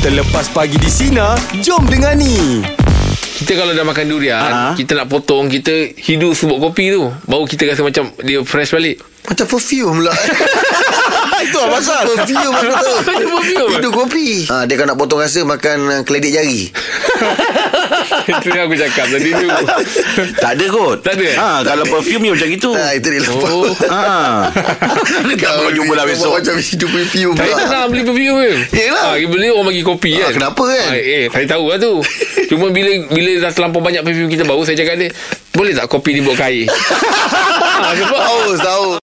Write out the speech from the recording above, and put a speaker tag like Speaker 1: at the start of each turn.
Speaker 1: Terlepas pagi di Sina Jom dengar ni
Speaker 2: Kita kalau dah makan durian
Speaker 1: Ha.
Speaker 2: Kita nak potong Kita hidu sebut kopi tu Baru kita rasa macam Dia fresh balik
Speaker 3: Macam perfume lah Itu apa pasal Perfume aku tahu
Speaker 2: Macam perfume.
Speaker 3: Itu kopi ha, Dia kalau nak potong rasa Makan uh, keledik jari
Speaker 2: Itu yang aku cakap tadi tu
Speaker 4: Tak ada kot
Speaker 2: Tak ada, eh?
Speaker 4: ha, Kalau perfume ni macam itu
Speaker 3: ha, Itu dia lepas
Speaker 2: Oh
Speaker 4: ha. Tak boleh jumpa lah besok
Speaker 3: Macam itu perfume
Speaker 2: Saya tak
Speaker 3: pula
Speaker 2: nak beli perfume ke
Speaker 3: Yelah.
Speaker 2: ha, Beli orang bagi kopi kan
Speaker 3: Ah, kenapa kan?
Speaker 2: Ah, Eh saya tahu lah tu Cuma bila Bila dah terlampau banyak perfume kita Baru saya cakap dia Boleh tak kopi dibuat kair ha, Sebab
Speaker 3: Tahu Tahu